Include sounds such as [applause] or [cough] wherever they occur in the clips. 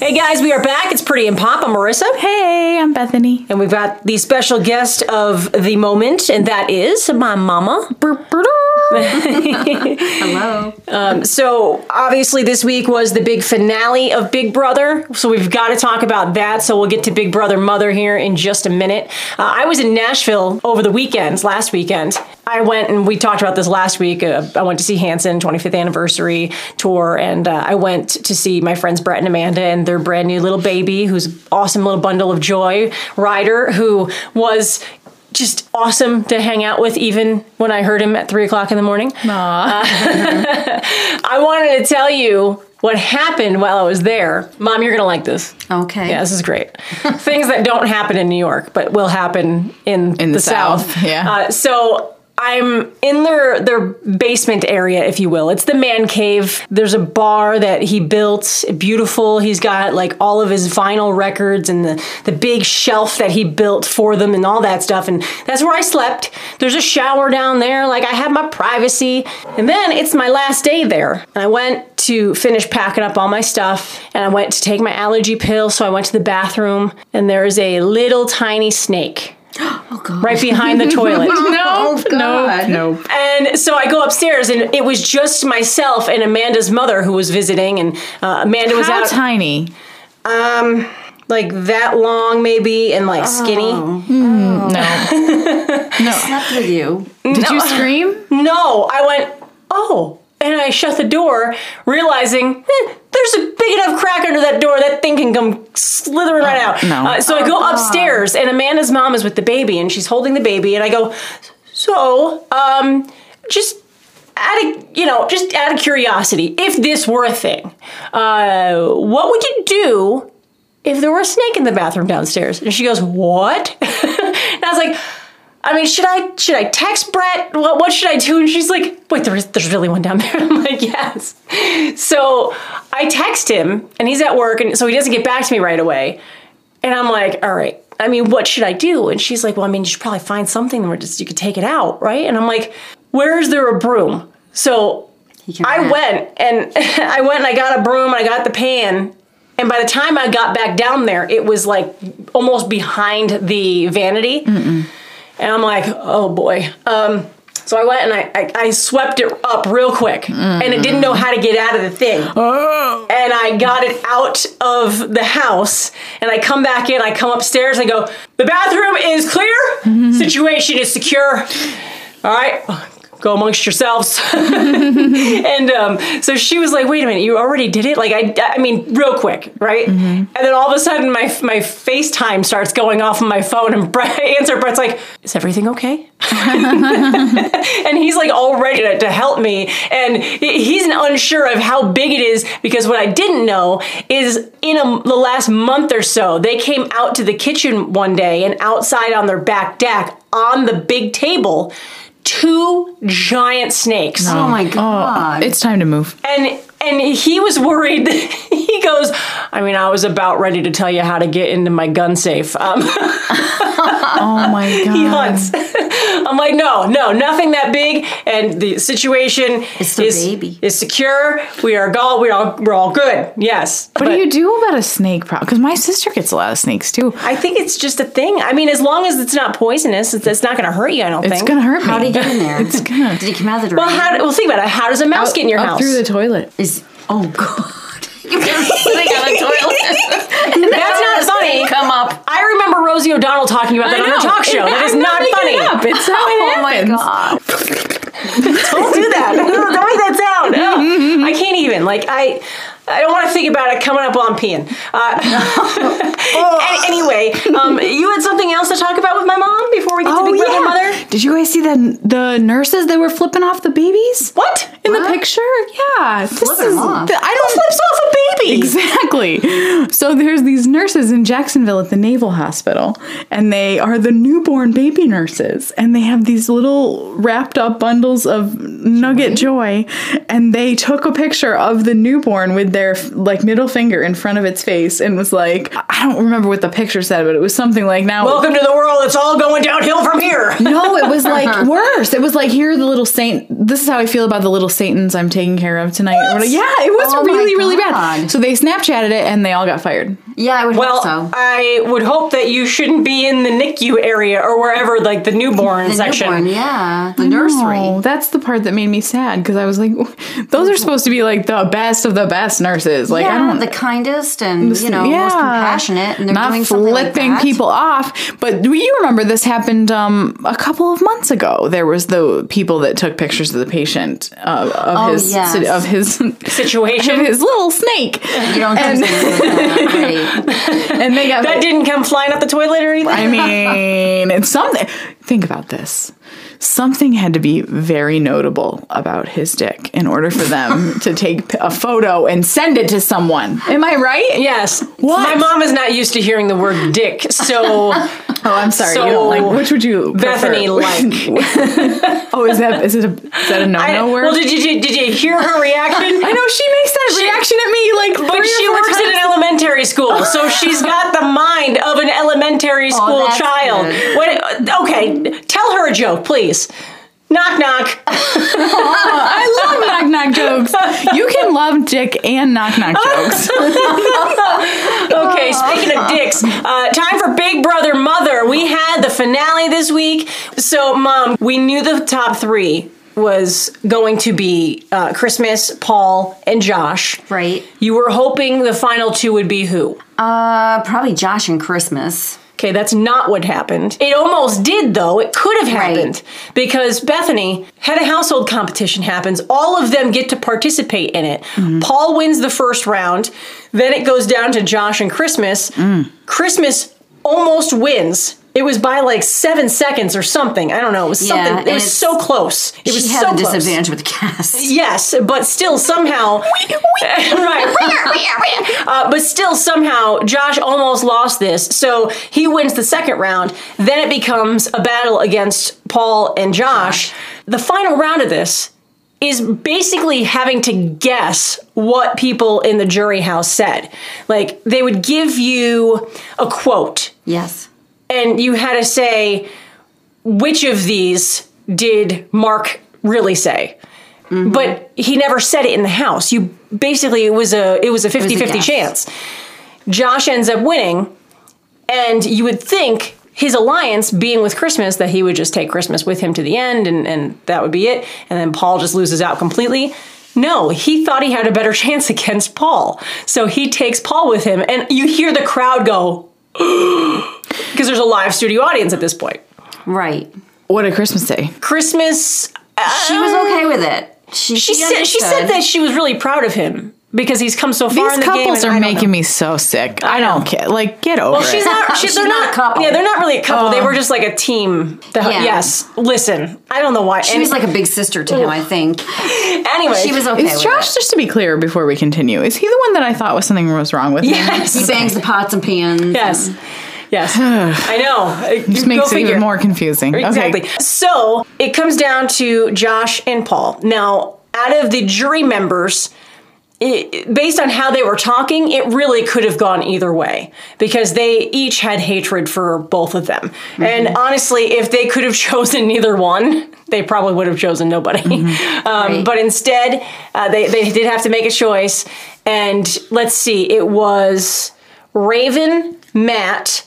Hey guys, we are back. It's Pretty and Pop. I'm Marissa. Hey, I'm Bethany. And we've got the special guest of the moment, and that is my mama. Hello. Um, so, obviously, this week was the big finale of Big Brother. So, we've got to talk about that. So, we'll get to Big Brother Mother here in just a minute. Uh, I was in Nashville over the weekends, last weekend. I went and we talked about this last week. Uh, I went to see Hanson 25th anniversary tour, and uh, I went to see my friends Brett and Amanda and their brand new little baby, who's an awesome little bundle of joy, Ryder, who was just awesome to hang out with, even when I heard him at three o'clock in the morning. Uh, [laughs] I wanted to tell you what happened while I was there. Mom, you're going to like this. Okay. Yeah, this is great. Things that don't happen in New York, but will happen in, In the South, [laughs] yeah. Uh, so I'm in their their basement area, if you will. It's the man cave. There's a bar that he built, beautiful. He's got like all of his vinyl records and the the big shelf that he built for them and all that stuff. And that's where I slept. There's a shower down there. Like I have my privacy. And then it's my last day there, and I went to finish packing up all my stuff, and I went to take my allergy pill. So I went to the bathroom, and there is a little tiny snake right behind the toilet. No, no, God. no. And so I go upstairs, and it was just myself and Amanda's mother who was visiting. And uh, Amanda was How out Um, tiny? like that long, maybe, and like skinny. No. Slept with you. [laughs] Did you scream? No, I went, oh. And I shut the door, realizing eh, there's a big enough crack under that door that thing can come slithering right out. no. Uh, so I go upstairs, and Amanda's mom is with the baby, and she's holding the baby, and I go, so, um, just out of you know, just out of curiosity, if this were a thing, uh, what would you do if there were a snake in the bathroom downstairs? And she goes, what? [laughs] and I was like. I mean, should I should I text Brett? What, what should I do? And she's like, wait, there is, there's really one down [laughs] there. I'm like, yes. So I text him, and he's at work, and so he doesn't get back to me right away. And I'm like, all right. I mean, what should I do? And she's like, well, I mean, you should probably find something where just you could take it out, right? And I'm like, where is there a broom? So can I rap. went and [laughs] I went and I got a broom and I got the pan. And by the time I got back down there, it was like almost behind the vanity. And I'm like, oh boy. Um, so I went and I, I, I swept it up real quick, and it didn't know how to get out of the thing. Oh And I got it out of the house, and I come back in. I come upstairs. I go, the bathroom is clear. Situation is secure. All right, go amongst yourselves. and um, so she was like, "Wait a minute, you already did it?" Like I, I mean, real quick, right? And then all of a sudden, my my FaceTime starts going off on my phone, and Brett [laughs] I answer Brett's like, "Is everything okay?" and he's like all ready to, to help me, and he- he's unsure of how big it is because what I didn't know is in a, the last month or so, they came out to the kitchen one day and outside on their back deck on the big table. Two giant snakes Oh my god. It's time to move. and and he was worried. [laughs] he goes, I mean, I was about ready to tell you how to get into my gun safe. Um, Oh [laughs] my god. he hunts. [laughs] I'm like, no, no, nothing that big, and the situation It's the is baby. is secure. We are all we are we're all good. Yes. What do you do about a snake problem? Because my sister gets a lot of snakes too. I think it's just a thing. I mean, as long as it's not poisonous, it's, it's not going to hurt you. I don't It's think. gonna hurt how did me. he get in there? It's good. Did he come out of the well, how, well, think about it. How does a mouse get in your Up house? through the toilet. Is oh god. [laughs] [laughs] You guys are sitting on a toilet. That's not funny. Come up. I remember Rosie O'Donnell talking about that on her talk [laughs] show. That is not funny. [laughs] It's how Oh my god. don't do that. No, don't make that sound. No. I can't even. Like I, I don't want to think about it coming up while I'm peeing. Uh, [laughs] an- anyway, um, you had something else to talk about with my mom before we get to Oh Big Brother yeah. Mother. Did you guys see the the nurses that were flipping off the babies? What? in the What? picture? Yeah, this Flipping is. off. th- I don't Flips off a baby. exactly. So there's these nurses in Jacksonville at the Naval Hospital, and they are the newborn baby nurses, and they have these little wrapped up bundles of nugget joy, and they took a picture of the newborn with their like middle finger in front of its face, and was like, I don't remember what the picture said, but it was something like now. Welcome to the world. It's all going downhill from here. [laughs] no, it was like worse. It was like here are the little saint this is how I feel about the little Satans I'm taking care of tonight. Or whatever. Yeah, it was Oh my really, really bad. God. So they Snapchatted it and they all got fired. Yeah, I would Well, hope so. I would hope that you shouldn't be in the NICU area or wherever, like the newborn the section. newborn, yeah, the nursery. Oh, that's the part that made me sad because I was like, those are supposed to be like the best of the best nurses. Like, yeah, I don't. the kindest and you know most compassionate, and they're not doing something flipping like that. people off. But do you remember this happened um, a couple of months ago? There was the people that took pictures of the patient uh, of Oh, his yes. of his [laughs] Situation. of his little snake, You don't think [laughs] that, right? and they got That didn't come flying up the toilet or anything. I mean, it's something. Think about this. Something had to be very notable about his dick in order for [laughs] them to take p- a photo and send it to someone. Am I right? Yes. What? My mom is not used to hearing the word dick, so Oh, I'm sorry. you So, don't like, which would you, Bethany [laughs] prefer? like. oh, is that is it a is that a no I, no word? well, did you did, did you hear her [laughs] reaction? I know she makes that reaction at me like, But three she or four works times. at an elementary school, so she's got the mind of an [laughs] elementary school that's child. good. What, okay, tell her a joke, please. Knock knock. [laughs] I love knock knock jokes. You can love dick and knock knock [laughs] jokes. Okay, speaking of dicks, uh, time for Big Brother Mother. We had the finale this week. So, Mom, we knew the top three was going to be uh, Christmas, Paul, and Josh. Right. You were hoping the final two would be who? Uh, probably Josh and Christmas. Okay, that's not what happened. It almost did, though. It could have Right. happened because Bethany had a household competition happens. All of them get to participate in it. Mm-hmm. Paul wins the first round. Then it goes down to Josh and Christmas. Mm. Christmas almost wins. It was by like seven seconds or something. I don't know. It was Yeah, something. and It was it's- so close. It was she so had a close. disadvantage with the cast. Yes, but still somehow. [laughs] right. Uh, but still, somehow, Josh almost lost this. So he wins the second round. Then it becomes a battle against Paul and Josh. The final round of this is basically having to guess what people in the jury house said. Like, they would give you a quote, Yes. and you had to say, which of these did Mark really say? But he never said it in the house. You basically it was a it was a 50-50 guess. chance. Josh ends up winning and you would think his alliance being with Christmas that he would just take Christmas with him to the end and and that would be it and then Paul just loses out completely. No, he thought he had a better [laughs] chance against Paul. So he takes Paul with him and you hear the crowd go because there's a live studio audience at this point. Right. What did Christmas say? Christmas. She was okay with it. She, She said she said understood. that she was really proud of him because he's come so far. in These the game, couples and are I don't making know. me so sick. I don't care. Like, get over Well, she's it. [laughs] not. She's, She's they're not a not, couple. Yeah, they're not really a couple. they Oh. were just like a team. The- Yeah. Yes. Listen, I don't know why. She was like a big sister to him, I think. anyway. She was okay Is with Josh, it. just to be clear before we continue, is he the one that I thought was something was wrong with [laughs] him? He [laughs] Yes. bangs the pots and pans. Yes. Yes. [sighs] I know. Just makes it even more confusing. Exactly. Okay. So it comes down to Josh and Paul. Now, out of the jury members, it, based on how they were talking, it really could have gone either way because they each had hatred for both of them. And honestly, if they could have [laughs] chosen neither one, they probably would have chosen nobody. [laughs] Um, Right. But instead, uh, they, they did have to make a choice. And let's see, it was Raven, Matt,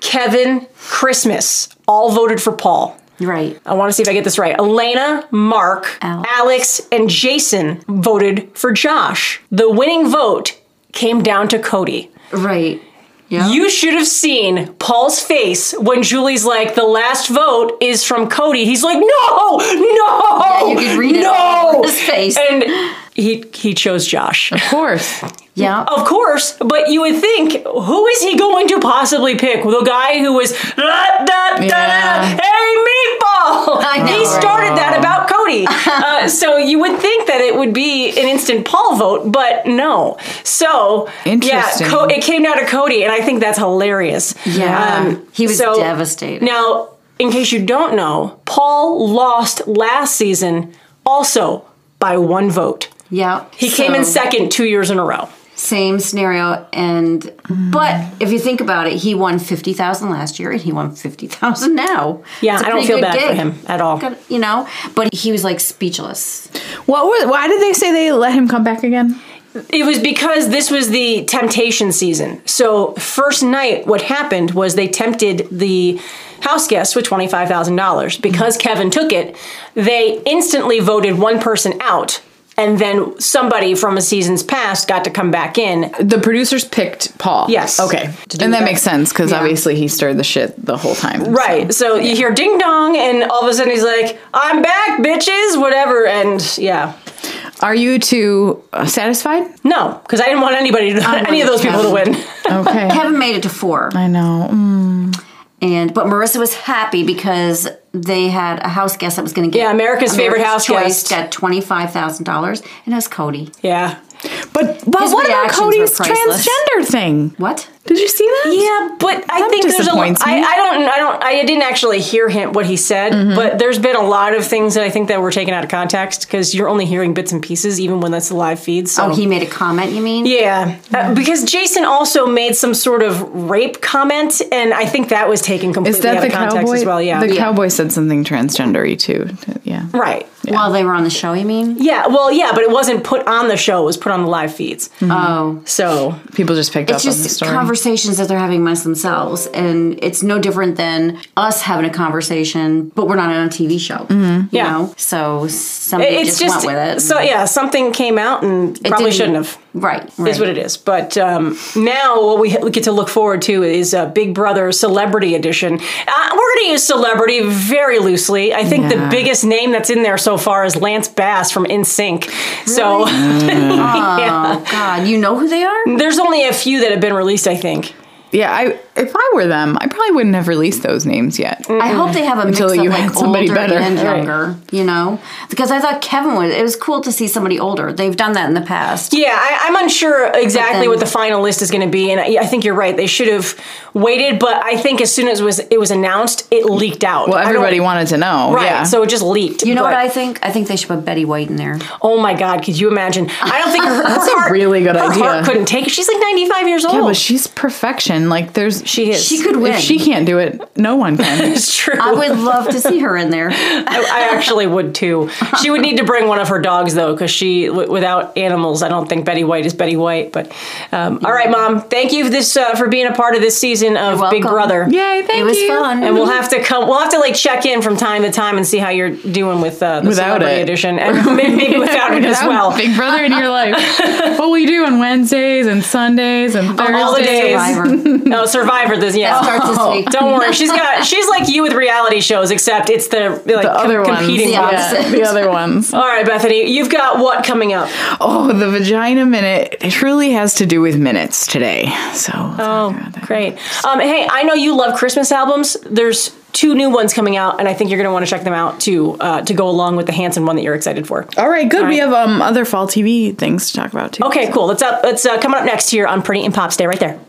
Kevin, Christmas all voted for Paul. Right. I want to see if I get this right. Elena, Mark, Alex. Alex, and Jason voted for Josh. The winning vote came down to Cody. Right. Yeah. You should have seen Paul's face when Julie's like, the last vote is from Cody. He's like, no, no, Yeah, you could read it all no. over his face. And he, he chose Josh. Of course. yeah. Of course, but you would think, who is he going to possibly pick? The guy who was, "La, da, da, da, Yeah. hey, meatball! [laughs] I know, He right? started that about [laughs] Cody. uh, so you would think that it would be an instant Paul vote, but no. So, Interesting. yeah, Co- it came down to Cody, and I think that's hilarious. Um, Yeah. He was devastated. Now, in case you don't know, Paul lost last season also by one vote. yeah. He came in So- second two years in a row. Same scenario, and but if you think about it, he won fifty thousand last year, and he won fifty thousand now. Yeah, It's a I don't pretty feel good bad for gig. him at all. Got- You know, but he was like speechless. What was? Why did they say they let him come back again? It was because this was the temptation season. So first night, what happened was they tempted the house guests with twenty five thousand dollars. Because Mm-hmm. Kevin took it, they instantly voted one person out, and then somebody from a season's past got to come back in. The producers picked Paul. Yes. Okay. And that makes sense because obviously he stirred the shit the whole time. Right. So you hear ding dong, and all of a sudden he's like, "I'm back, bitches," whatever, and yeah. Are you two uh, [laughs] satisfied? No, because I didn't want anybody to, [laughs] any of those people to win. [laughs] Okay. Kevin made it to four, I know. Mm. and but Marissa was happy because they had a house guest that was going to get Yeah, America's favorite house choice guest. got twenty five thousand dollars, and it was Cody. Yeah. But but His what about reactions were Cody's priceless. transgender thing? What? Did you see that? Yeah, but I That think there's a. lot. disappoints I, me. Mm-hmm. I don't. I don't. I didn't actually hear him what he said, but there's been a lot of things that I think that were taken out of context because you're only hearing bits and pieces, even when that's the live feed. So. Oh, he made a comment. You mean? yeah, Uh, because Jason also made some sort of rape comment, and I think that was taken completely Is that out the of context cowboy? as well. Yeah, The cowboy said something transgendery too. Yeah. right. While they were on the show, you mean? Yeah, well, yeah, but it wasn't put on the show; it was put on the live feeds. Mm. Oh. So People just picked It's up on the just story. conversations that they're having amongst themselves, and it's no different than us having a conversation, but we're not on a TV show. You Mm-hmm. Yeah. know, so it- somebody it's just, just went with it. so yeah, something came out and It probably didn't- shouldn't have. Right, right. is what it is. But um, now what we, we get to look forward to is uh, Big Brother Celebrity Edition. Uh, we're going to use celebrity very loosely. I think Yeah. the biggest name that's in there so far is Lance Bass from InSync. So yeah. Oh God, you know who they [laughs] are? there's only a few that have been released, I think. yeah. I if I were them, I probably wouldn't have released those names Mm, yet. I Mm-hmm. hope they have a mix Until of you like had somebody older better. and Right. younger, you know? Because I thought Kevin was. It was cool to see somebody older. They've done that in the past. Yeah, I, I'm unsure exactly then- what the final list is going to be, and I, I think you're right. They should have waited, but I think as soon as it was it was announced, it leaked out. Well, I don't- everybody wanted to know. Right, Yeah. so it just leaked. You know what I think? I think they should put Betty White in there. Oh my God! Could you imagine? I [laughs] don't think her, her heart really good her idea. Heart couldn't take it. She's like ninety five years old. yeah, but she's perfection. Like there's she is. She could win. If she can't do it, no one can. [laughs] It's true. I I, would love to see her [laughs] in there. I actually would too. She would need to bring one of her dogs though, because she w- without animals, I don't think Betty White is Betty White. But um, all right, mom. Thank you for this uh, for being a part of this season of You're Big welcome. Brother. [laughs] Yay! Thank it was you. fun. And we'll have to come. We'll have to like check in from time to time and see how you're doing with uh, the Without celebrity it. edition, and [laughs] maybe, [laughs] maybe without it as Without well. Big brother in [laughs] your life. what will you do on Wednesdays and Sundays and Thursdays? All the days. Survivor. No, Survivor. This yeah. Starts this [laughs] week. Don't worry, she's got she's like you with reality shows, except it's the like The other com- ones. competing Yeah. ones. Yeah, the other ones. [laughs] All right, Bethany, you've got what coming up? Oh, the vagina minute it truly has to do with minutes today. So Oh, great. Um, hey, I know you love Christmas albums. There's two new ones coming out, and I think you're going to want to check them out to uh, to go along with the Hanson one that you're excited for. All right, good. We have um other fall TV things to talk about too. uh, Okay, cool. That's up. That's uh, coming up next here on Pretty and Pop. Stay right there.